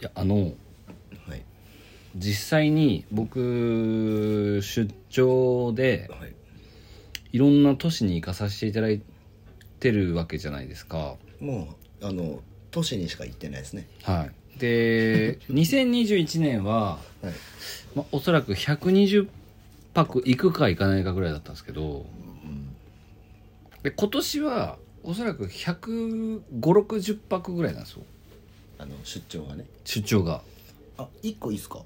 いやあのはい実際に僕出張ではいいろんな都市に行かさせていただいてるわけじゃないですかもうあの都市にしか行ってないですねはいで2021年は、はいま、おそらく120泊行くか行かないかぐらいだったんですけどうんで今年はおそらく15060泊ぐらいなんですよあの出張がね出張があ一個いいですか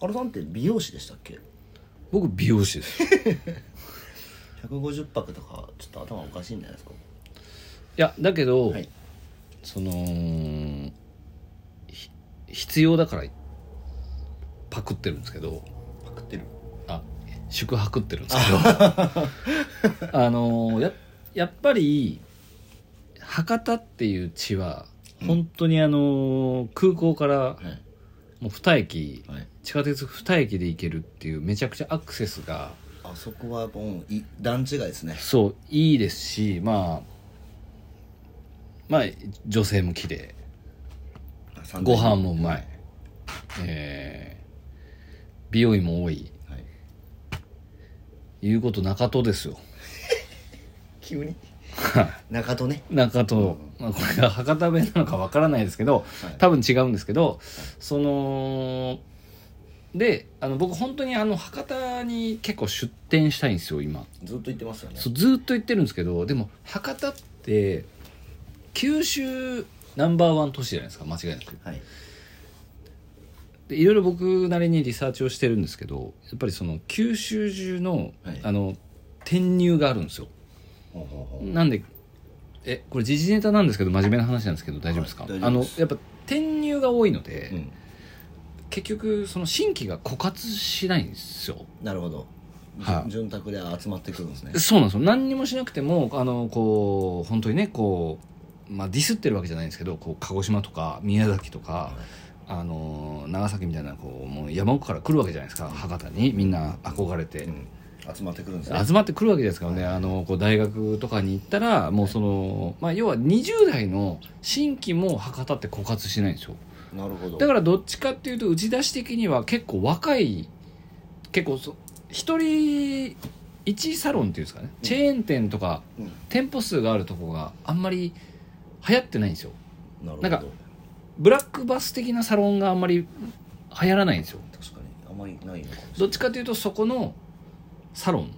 原さんって美容師でしたっけ僕美容師ですい150泊とかちょっと頭おかしいんじゃないですかやだけど、はいそのひ必要だからパクってるんですけどパクってるあ宿泊ってるんですけどあのややっぱり博多っていう地は本当にあの、空港からはいもう2駅はい地下鉄2駅で行けるっていうめちゃくちゃアクセスがあそこはもうい段違いですねそういいですしまあまあ女性も綺麗あ三大ご飯もうまい、えー美容院も多いはい言うこと中戸ですよ 急に中戸ね中戸、まあ、これが博多弁なのかわからないですけどはい多分違うんですけどそのであの僕本当にあの博多に結構出店したいんですよ今ずっと言ってますよねそうずーっと言ってるんですけどでも博多って九州ナンバーワン都市じゃないですか間違いなくはいでいろいろ僕なりにリサーチをしてるんですけどやっぱりその九州中の,、はいあの転入があるんですよほうほうほうなんでえこれ時事ネタなんですけど真面目な話なんですけど大丈夫ですか、はい大丈あ夫のですやっぱ転入が多いので、うん結局その新規が枯渇しないんですよなるほどはい潤沢で集まってくるんですねそうなんですよ何にもしなくてもあのこう本当にねこう、まあ、ディスってるわけじゃないんですけどこう鹿児島とか宮崎とか、あの長崎みたいなこうもう山奥から来るわけじゃないですか博多にみんな憧れて、うん集まってくるんですね集まってくるわけですからね、あのこう大学とかに行ったらもうその、まあ、要は20代の新規も博多って枯渇しないんですよなるほどだからどっちかっていうと打ち出し的には結構若い結構そ一人一サロンっていうんですかねチェーン店とかうん店舗数があるとこがあんまり流行ってないんですよなるほどなんかブラックバス的なサロンがあんまり流行らないんですよ確かにあまりないのかもしれどなっいちかというとそこのサロン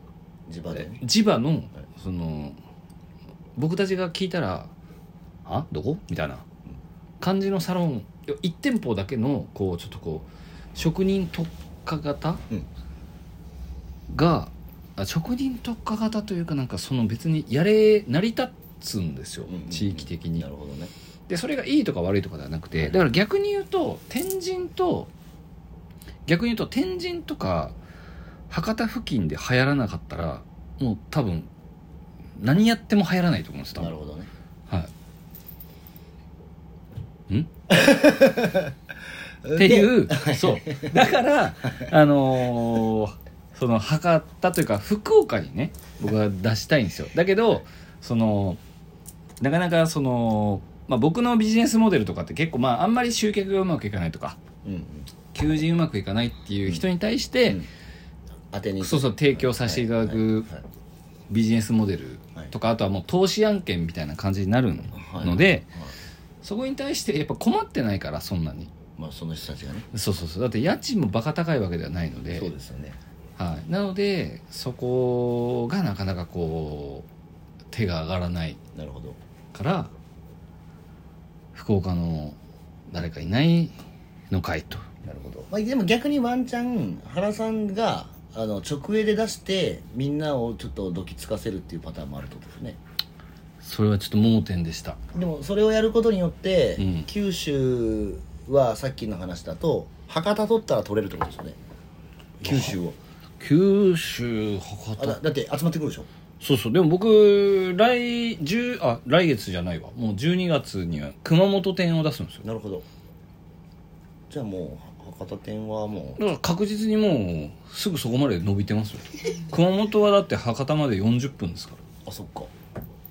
地場でね地場のその僕たちが聞いたら「あどこ?」みたいな感じのサロン1店舗だけのこうちょっとこう職人特化型うんが、あ職人特化型というかなんかその別にやれ成り立つんですよ、うんうんうん地域的になるほどねでそれがいいとか悪いとかではなくてだから逆に言うと天神と逆に言うと天神とか博多付近で流行らなかったらもう多分何やっても流行らないと思うんです多なる分ほどねはいんっていう そうだからあのーその博多というか福岡にね僕は出したいんですよだけどそのなかなかその、まあ、僕のビジネスモデルとかって結構まああんまり集客がうまくいかないとかうんうん求人うまくいかないっていう人に対して、うん当てにそうそう提供させていただくはいはいビジネスモデルとかあとはもう投資案件みたいな感じになるはいので、はいそこに対してやっぱ困ってないからそんなにまあその人たちがねそうそうそうだって家賃もバカ高いわけではないのでそうですよねはい、なのでそこがなかなかこう手が上がらないなるほどから福岡の誰かいないのかいとなるほど、まあ、でも逆にワンチャン原さんがあの直営で出してみんなをちょっとどきつかせるっていうパターンもあるってことですねそれはちょっと盲点でしたでもそれをやることによって、うん九州はさっきの話だと博多取ったら取れるってことですよね九州を九州博あ多だだって集まってくるでしょそうそうでも僕来10あ来月じゃないわもう12月には熊本店を出すんですよなるほどじゃあもう博多店はもだから確実にもうすぐそこまで伸びてます よ熊本はだって博多まで40分ですからうあそっか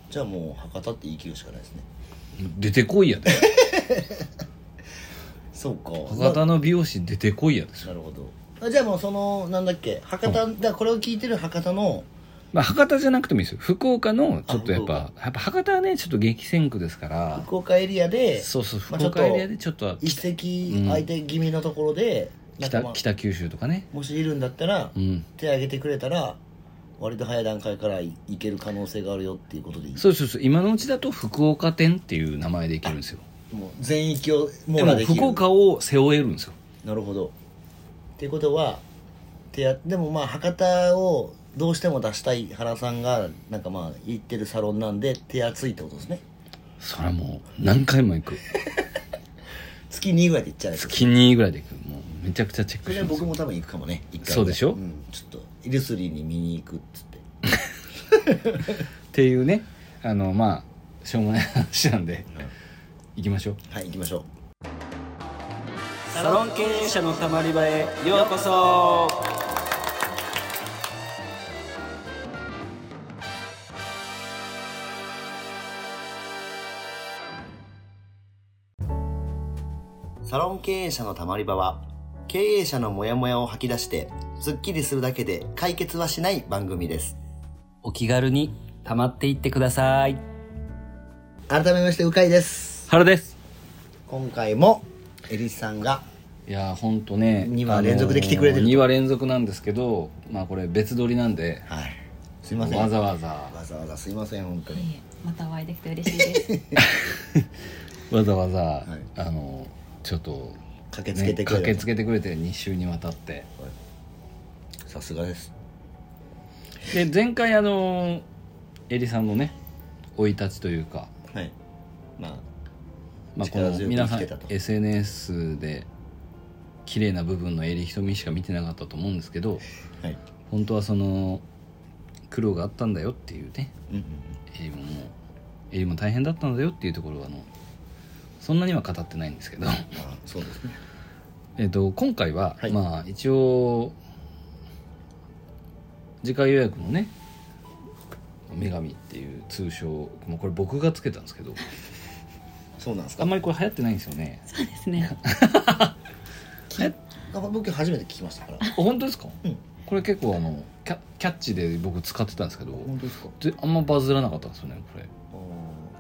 じゃ あもう博多って言い切るしかないですね出てこいやでそうか博多なの美容師出てこいやですよ、なるほどあじゃあもうそのなんだっけ博多、だからこれを聞いてる博多のまあ、博多じゃなくてもいいですよ福岡のちょっとやっあぱやっぱ博多はねちょっと激戦区ですから福岡エリアでそうそう福まあちょっと岡エリアでちょっとは一席空いて気味のところで、なんか北まあ北九州とかねもしいるんだったら、うん手挙げてくれたら割と早い段階からいいける可能性があるよっていうことでいいそうそうそう今のうちだと福岡店っていう名前でいけるんですよもう全域を網で羅もできる福岡を背負えるんですよなるほどっていうことはてやでもまあ博多をどうしても出したい原さんがなんかまあ行ってるサロンなんで手厚いってことですねそれはもう何回も行く月2ぐらいで行っちゃう月にぐらいで行くもうめちゃくちゃチェッそクれしはます僕も多分行くかもね一回そうでしょん、ちょっとイルスリーに見に行くっつってっていうねあのまあしょうもない話なんで、行きましょうはい行きましょうサロン経営者のたまり場へようこそサロン経営者のたまり場は経営者のモヤモヤを吐き出してスッキリするだけで解決はしない番組ですお気軽にたまっていってください改めましてうかいです原です今回もエリスさんがいやーほんとね二話連続で来てくれてる2話連続なんですけどまあこれ別撮りなんではいすいませんわざわざわざわざすいません本当いにえまたお会いできて嬉しいです。 わざわざ、いあのちょっと駆けつけてくねれた駆けつけてくれて2週にわたってさすがですで前回あのえりさんのね生い立ちというか、はいまあまあ、こ力の強く皆さ生んきてたと SNS で綺麗な部分のえりひとみしか見てなかったと思うんですけどはい、本当はその苦労があったんだよっていうねうんうんえりももうえりも大変だったんだよっていうところはあのそんなには語ってないんですけどまあそうです ねえっと今回は、はいまあ一応次回予約のね「女神」っていう通称もうこれ僕がつけたんですけどそうなんですあかんまりこれ流行ってないんですよねそうですね。えあ僕初めて聞きましたからあ本当ですか、うんこれ結構あのキャキャッチで僕使ってたんですけど本当ですかであんまバズらなかったんですよねこれ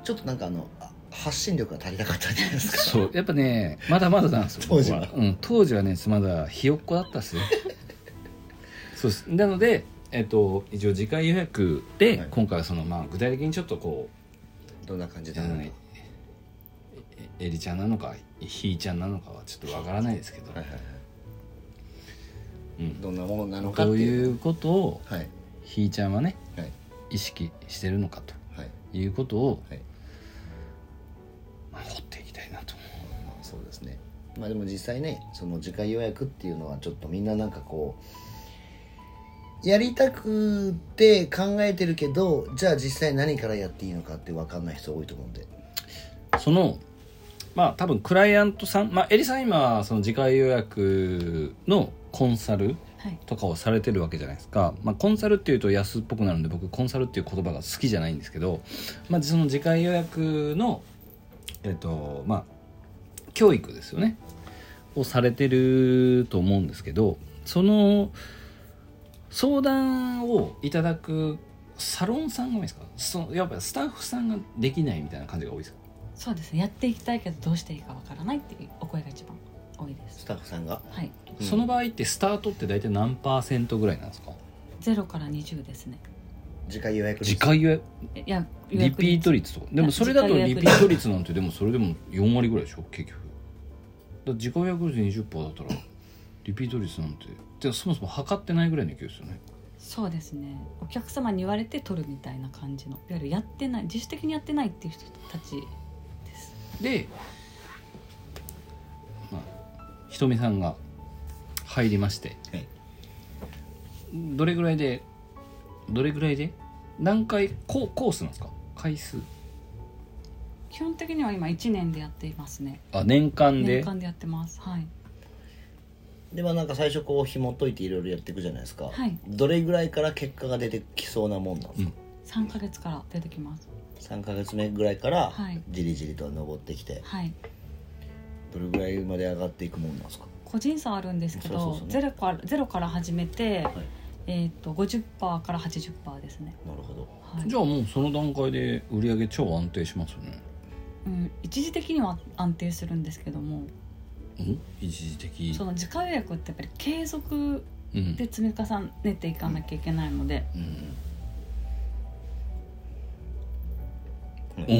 ちょっとなんかあのあ発信力が足りなかったんじゃないですかそうやっぱねまだまだなんですよ当時は僕うん、当時はねまだひよっこだったっすよそうですなのでえっと一応次回予約で、はい今回はそのまあ具体的にちょっとこどんな感じうだあろうのええりちゃんなのかひーちゃんなのかはちょっとわからないですけど、はいはいはいうん、どんなものなのかどってういういうことをはいひーちゃんはねはい意識してるのかとはいいうことを、はいまあ、掘っていきたいなと思うまあそうですねまあでも実際ねその次回予約っていうのはちょっとみんななんかこうやりたくて考えてるけどじゃあ実際何からやっていいのかって分かんない人多いと思うんでそのまあ多分クライアントさん、まあ、エリさん今その次回予約のコンサルはい。とかをされてるわけじゃないですか、まあ、コンサルっていうと安っぽくなるんで僕コンサルっていう言葉が好きじゃないんですけど、まあ、その次回予約のえっとまあ教育ですよねをされてると思うんですけどその相談をいただくサロンさんが多いですかそのやっぱスタッフさんができないみたいな感じが多いですかそうですね。やっていきたいけどどうしていいかわからないっていうお声が一番多いでスす。タッフさんがはい。うんその場合ってスタートって大体何パーセントぐらいなんですかゼロから二十ですね。次回予約率次回予約えいや予リ約ピート率とかでもそれだといやリピート率なんてでもそれでも4割ぐらいでしょ結局だ時間約率20%だったらリピート率なんてでそもそも測ってないぐらいの勢いですよねそうですね。お客様に言われて取るみたいな感じのいわゆるやってない自主的にやってないっていう人たちです。で、まあ、ひとみさんが入りまして、はいどれぐらいでどれぐらいで何回ココースなんですか回数基本的には今一年でやっていますね。あ年間で年間でやってます。はい。でまあなんか最初こう紐解いていろいろやっていくじゃないですか、はいどれぐらいから結果が出てきそうなもんなんですか、三ヶ月から出てきます。 3ヶ月目ぐらいからはいじりじりと登ってきて、はい。どれぐらいまで上がっていくもんなんですか個人差あるんですけそりゃどそうですゼよロからゼロから始めて、いえっと50%から80%ですね、なるほどはいじゃあもうその段階で売り上げ超安定しますよねうん、一時的には安定するんですけども一時的その自家予約ってやっぱり継続うんで積み重ねていかなきゃいけないので、うんお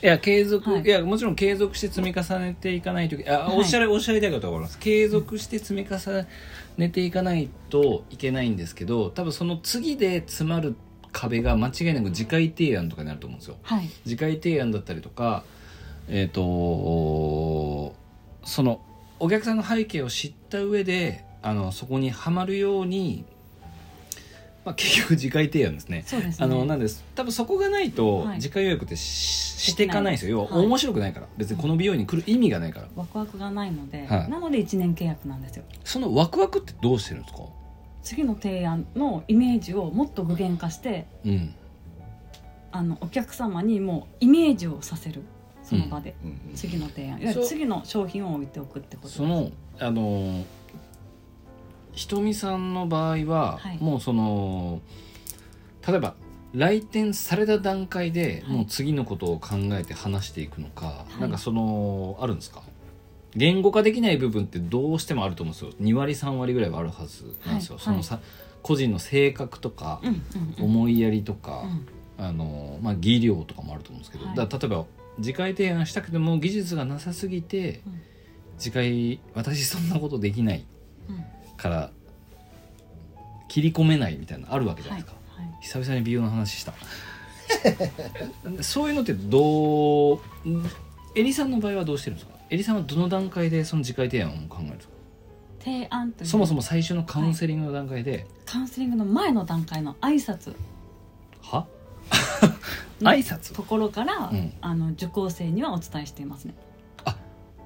いや継続、はい い、やもちろん継続して積み重ねていかないといけあはいおっしゃるおっしゃりたいことは分かります継続して積み重ねていかないといけないんですけど多分その次で詰まる壁が間違いなく次回提案とかになると思うんですよはい次回提案だったりとかえっ、とそのお客さんの背景を知った上であのそこにはまるように、まあ、結局次回提案ですねそうですねあのなんです多分そこがないとはい次回予約ってし,、していかないんですよ要ははい面白くないから、別にこの美容院に来る意味がないからワクワクがないので、はいなので1年契約なんですよそのワクワクってどうしてるんですか次の提案のイメージをもっと具現化してうんあのお客様にもうイメージをさせるその場で、うんうん次の提案いわゆるそう次の商品を置いておくってことですそのあのひとみさんの場合は、はいもうその例えば来店された段階で、はいもう次のことを考えて話していくのか、いなんかそのあるんですか言語化できない部分ってどうしてもあると思うんですよ2割3割ぐらいはあるはずなんですよ、はいそのさ、個人の性格とか、うんうんうん思いやりとか、うんあのまあ、技量とかもあると思うんですけど、はいだから例えば次回提案したくても技術がなさすぎて、うん次回私そんなことできないうんから切り込めないみたいなのあるわけじゃなはいいですか、久々に美容の話した そういうのってどうエリさんの場合はどうしてるんですかエリさんはどの段階でその次回提案を考えるんですか提案というそもそも最初のカウンセリングの段階でカウンセリングの前の段階の挨拶「は の挨拶ところから、うんあの受講生にはお伝えしていますね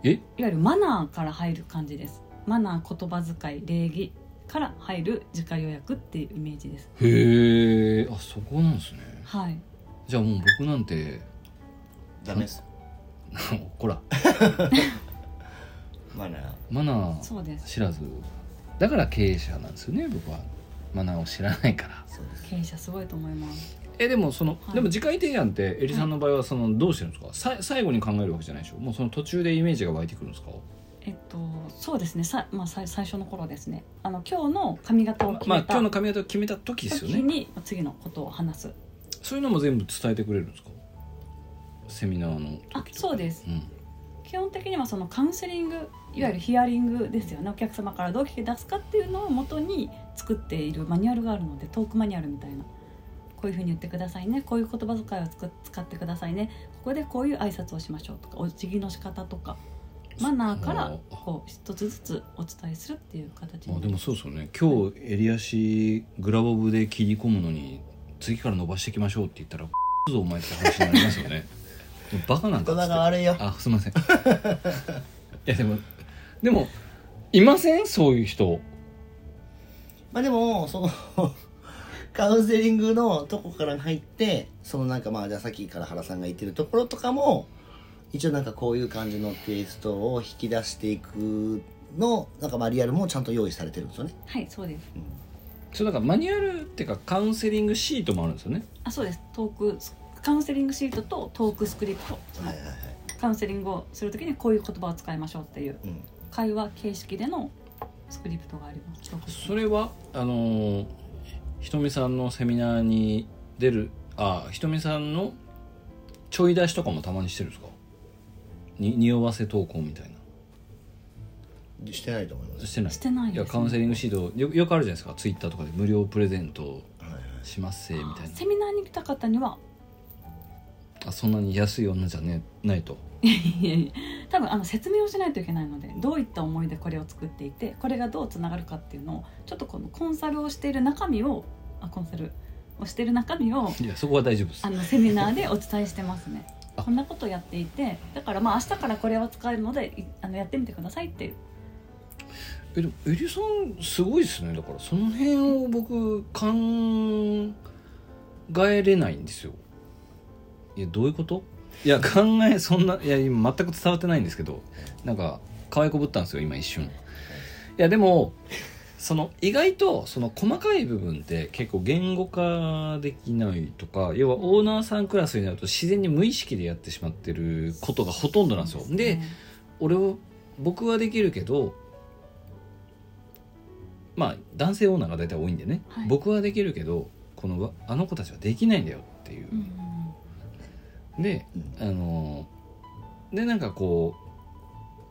えいわゆるマナーから入る感じですマナー言葉遣い礼儀から入る自家予約っていうイメージですへえあそこなんですねはいじゃあもう僕なんて ダメですほらまあなマナーそうです知らずだから経営者なんですよね僕はマナーを知らないからそうです経営者すごいと思いますえでもその、はいでも次回提案ってえりさんの場合はそのどうしてるんですか、さ最後に考えるわけじゃないでしょもうその途中でイメージが湧いてくるんですかえっとそうですねさ、まあ、さい最初の頃ですねあの今日の髪型を決まあめ今た日の髪型を決めた時ですよ時ねに次のことを話すそういうのも全部伝えてくれるんですかセミナーのあ時とそうですうん基本的にはそのカウンセリングいわゆるヒアリングですよねお客様からどう聞き出すかっていうのを元に作っているマニュアルがあるのでトークマニュアルみたいなこういうふうに言ってくださいねこういう言葉遣いをつく使ってくださいねここでこういう挨拶をしましょうとかお辞儀の仕方とかマナーからあこう一つずつお伝えするっていう形あでもにそうですよね今日襟足グラボブで切り込むのに次から伸ばしていきましょうって言ったら「ぞお前」って話になりますよね バカなんかっ大人つってがあれよあすいませんいやでもでもいませんそういう人まあでもその カウンセリングのとこから入ってそのなんかまあじゃあさっきから原さんが言ってるところとかも一応なんかこういう感じのテイストを引き出していくのなんかまあリアルもちゃんと用意されてるんですよね、はいそうですうんそうだからマニュアルっていうかカウンセリングシートもあるんですよねあそうですトークスカウンセリングシートとトークスクリプトはいはいはい、カウンセリングをするときにこういう言葉を使いましょうっていううん、会話形式でのスクリプトがあります。それはあのーひとみさんのセミナーに出るあひとみさんのちょい出しとかもたまにしてるんですかに匂わせ投稿みたいなしてないと思います、してないしてないいです、やね。カウンセリングシートよよくあるじゃないですかツイッターとかで無料プレゼントはいはい、しますせみたいなセミナーに来た方には、あそんなに安い女じゃねないといやいや多分あの説明をしないといけないので、どういった思いでこれを作っていて、これがどうつながるかっていうのを、ちょっとこのコンサルをしている中身を、あコンサルをしている中身を、いやそこは大丈夫です。あのセミナーでお伝えしてますねあこんなことをやっていて、だからまあ明日からこれは使えるので、いあのやってみてくださいっていう。えでもエリさんすごいですねだからその辺を僕考えれないんですよいやどういうこといや考えそんないや今全く伝わってないんですけどなんか可愛いこぶったんですよ今一瞬いやでもその意外とその細かい部分って結構言語化できないとか要はオーナーさんクラスになると自然に無意識でやってしまってることがほとんどなんですよで俺を僕はできるけどまあ男性オーナーが大体多いんでね、はい僕はできるけどこのわあの子たちはできないんだよっていうう、んで、あのーでなんかこ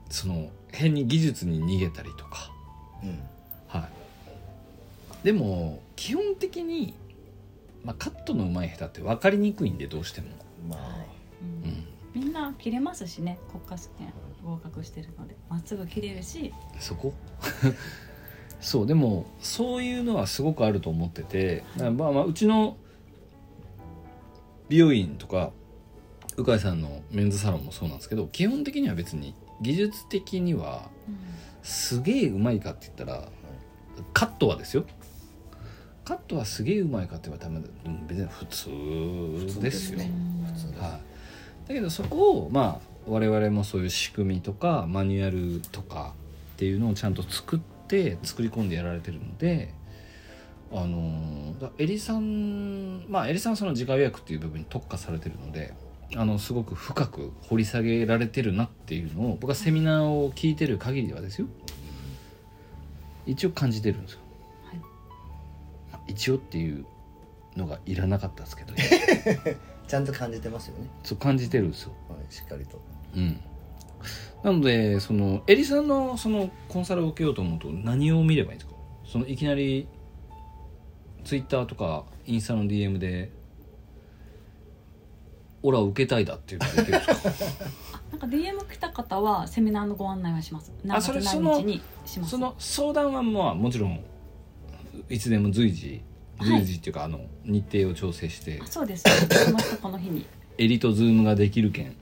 うその変に技術に逃げたりとかうんはいでも基本的に、まあ、カットの上手い下手って分かりにくいんでどうしても、まあうんうん、みんな切れますしね国家試験合格してるのでまっすぐ切れるしそこ そうでもそういうのはすごくあると思っててだからまあまあうちの美容院とか鵜飼さんのメンズサロンもそうなんですけど基本的には別に技術的にはすげえうまいかって言ったらカットはですよカットはすげえうまいかって言えばダメだうん別に普通ですよねうん普通だはい、だけどそこをまあ我々もそういう仕組みとかマニュアルとかっていうのをちゃんと作って作り込んでやられてるので。あのーだエリさんまあエリさんはその自家予約っていう部分に特化されてるのであのすごく深く掘り下げられてるなっていうのを僕はセミナーを聞いてる限りではですよ一応感じてるんですよ、はいまあ一応っていうのがいらなかったですけど ちゃんと感じてますよね、そう感じてるんですよはい、しっかりとうん、なのでそのエリさんのそのコンサルを受けようと思うと何を見ればいいんですかそのいきなりツイッターとかインスタの DM で「オラを受けたいだ」っていうのができるん ですかなんか DM 来た方はセミナーのご案内はします何あそれ月何日にしますその相談はまあもちろんいつでも随時随時っていうか、あの日程を調整してあそうですこの人この日に エリとズームができるけん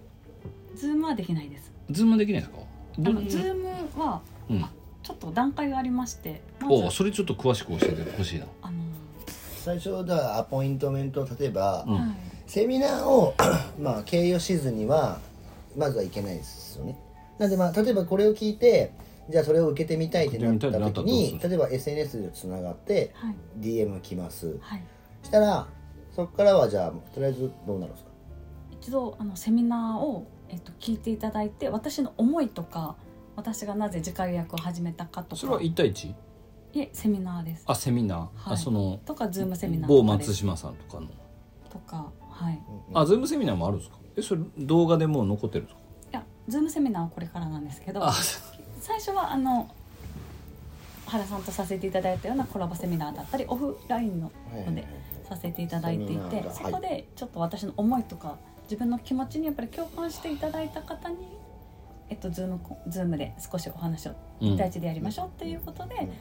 ズームはできないですズームはできないですかあどのズームはうん、ちょっと段階がありましてまおうずそれちょっと詳しく教えてほしいな、あの、最初だからアポイントメント例えば、うんはいセミナーを まあ経由しずにはまずはいけないですよねなんでまあ例えばこれを聞いてじゃあそれを受けてみたいってなった受けてみたいってなった時らどうするに例えば SNS でつながってはい DM 来ますはい、したらそこからはじゃあとりあえずどうなるんですか一度あのセミナーを、えっと、聞いていただいて私の思いとか私がなぜ次回予約を始めたかとそれはか1対 1? いえセミナーですあセミナー、はあいそのとかズームセミナー某とかで松島さんとかのとかはいいあズームセミナーもあるんですかえそれ動画でもう残ってるんですかやズームセミナーはこれからなんですけどあ最初はあの原さんとさせていただいたようなコラボセミナーだったりオフラインのはいのでさせていただいていセミナーてだそこでちょっと私の思いとか自分の気持ちにやっぱり共感していただいた方に、えっと、ズームズームで少しお話をうん一対一でやりましょうっていうことで、うんうん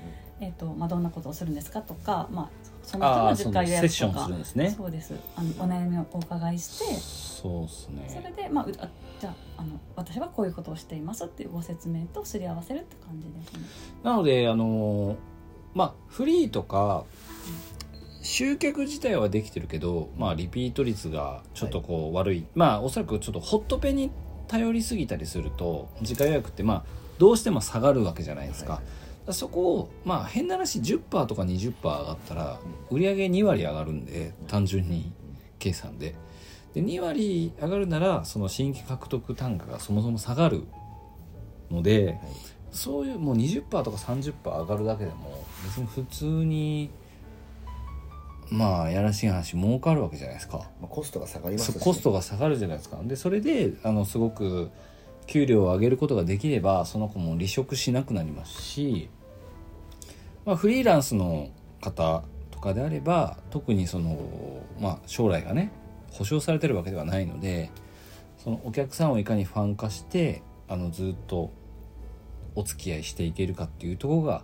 えっとまあ、どんなことをするんですかとか、まあ、そあのー人その10回のセ予ッ約ショとンかするんですねそうですあのお悩みをお伺いしてそうですそれねで、まあ、うあじゃああの私はこういうことをしていますっていうご説明とすり合わせるって感じですね。なのであのーまあフリーとか集客自体はできてるけど、まあ、リピート率がちょっとこう悪い、まあおそらくちょっとホットペに頼りすぎたりすると自家予約ってまあどうしても下がるわけじゃないですか、はいそこをまあ変な話10%とか20%上がったら売り上げ2割上がるんで単純に計算でで2割上がるならその新規獲得単価がそもそも下がるのではいそういうもう20%とか30%上がるだけでも別に普通にまあやらしい話儲かるわけじゃないですか。まあ、コストが下がりまそすうコストが下がるじゃないですかでそれであのすごく給料を上げることができればその子も離職しなくなりますし、まあ、フリーランスの方とかであれば特にその、まあ、将来がね保証されてるわけではないのでそのお客さんをいかにファン化してあのずっとお付き合いしていけるかっていうところが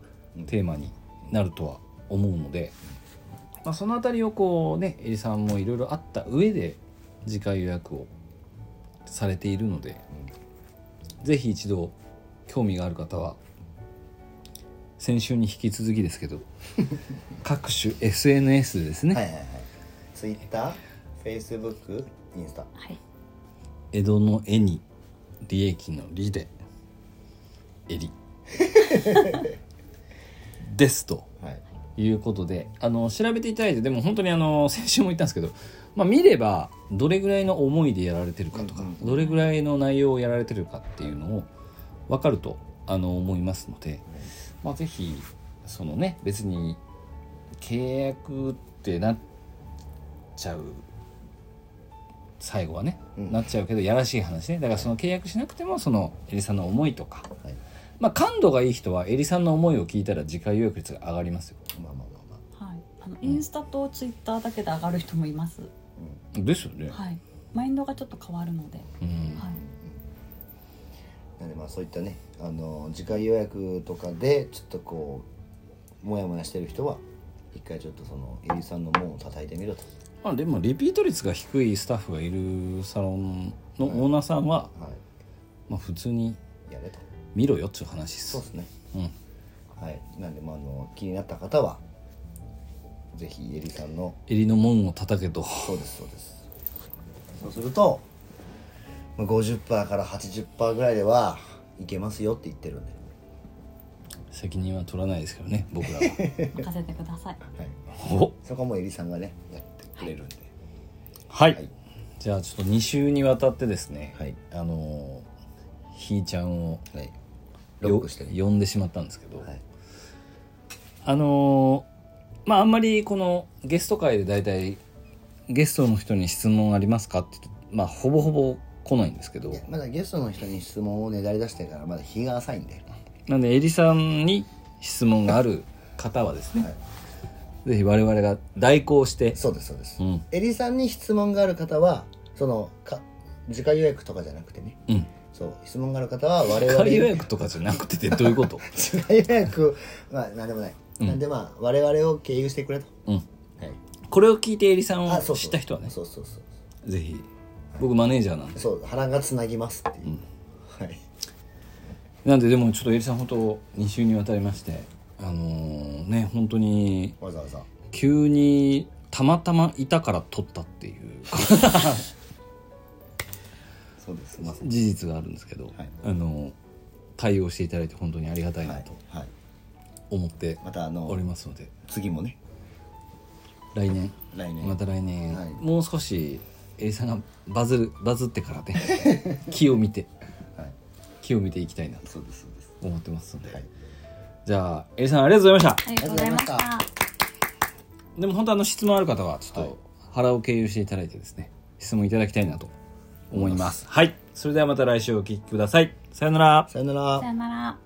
テーマになるとは思うので、まあ、その辺りをこうねえりさんもいろいろあった上で次回予約をされているので、ぜひ一度興味がある方は先週に引き続きですけど各種 SNS でですね、はいはいはいツイッターフェイスブックインスタはい江戸の絵に利益の利で襟ですとはいいうことであの調べていただいてでも本当にあの 先週も言ったんですけど、まあ、見ればどれぐらいの思いでやられてるかとか、うんうんどれぐらいの内容をやられてるかっていうのを分かるとあの思いますので、まあ、ぜひそのね別に契約ってなっちゃう最後はね、うんなっちゃうけどやらしい話ねだからその契約しなくてもそのエリさんの思いとか、はいまあ、感度がいい人はエリさんの思いを聞いたら次回予約率が上がりますよ。まあまあまあまあはい、あのインスタとツイッターだけで上がる人もいます、ですよね。はい、マインドがちょっと変わるので、うんはい、 なんでまあそういったねあの次回予約とかでちょっとこうモヤモヤしてる人は一回ちょっとそのエリさんの門を叩いてみろとまあ、でもリピート率が低いスタッフがいるサロンのオーナーさんは、はまあ、普通にいやれと見ろよっていう話です。そうですねうんはいなんでまああの気になった方はぜひエリさんの襟の門を叩けと。そうですそうですそうするとまあ50%から80%ぐらいではいけますよって言ってるんで、責任は取らないですけどね、僕らは。 任せてくださいはい、おそこはもうエリさんがねやってくれるんではい、はいじゃあちょっと2週にわたってですね、はいあのーひーちゃんをはいロよックしてね呼んでしまったんですけど、はいあのーまああんまりこのゲスト会で大体ゲストの人に質問ありますかって言うとまあほぼほぼ来ないんですけどいやまだゲストの人に質問をねだり出してからまだ日が浅いんで、なんでエリさんに質問がある方はですね、はいぜひ我々が代行して、そうですそうです、うんエリさんに質問がある方はそのか次回予約とかじゃなくてねうん、そう質問がある方は我々仮予約とかじゃなく てってどういうこと次回予約まあ何でもない、うんなんでまあ我々を経由してくれと、うんはい、これを聞いてエリさんあをそうそう知った人はねそうそうそうぜひ僕マネージャーなんでそう腹がつなぎますっていう、はいなんででもちょっとエリさん本当2週にわたりましてあのーね本当にわざわざ急にたまたまいたから撮ったっていうそうですすいません事実があるんですけど、はいあのー対応していただいて本当にありがたいはないと、はい、思ってまたあおりのますので、次もね来年来年また来年、はいもう少しエリさんがバズるバズってから ね木を見てはい木を見ていきたいなとそうですそうです思ってますので、はいじゃあエリさんありがとうございましありがとうございましたありがとうございまたでも本当あの質問ある方はちょっはいと腹を経由していただいてですね質問いただきたいなと思いますはいそれではまた来週お聞きくださいさようならさよなさよなら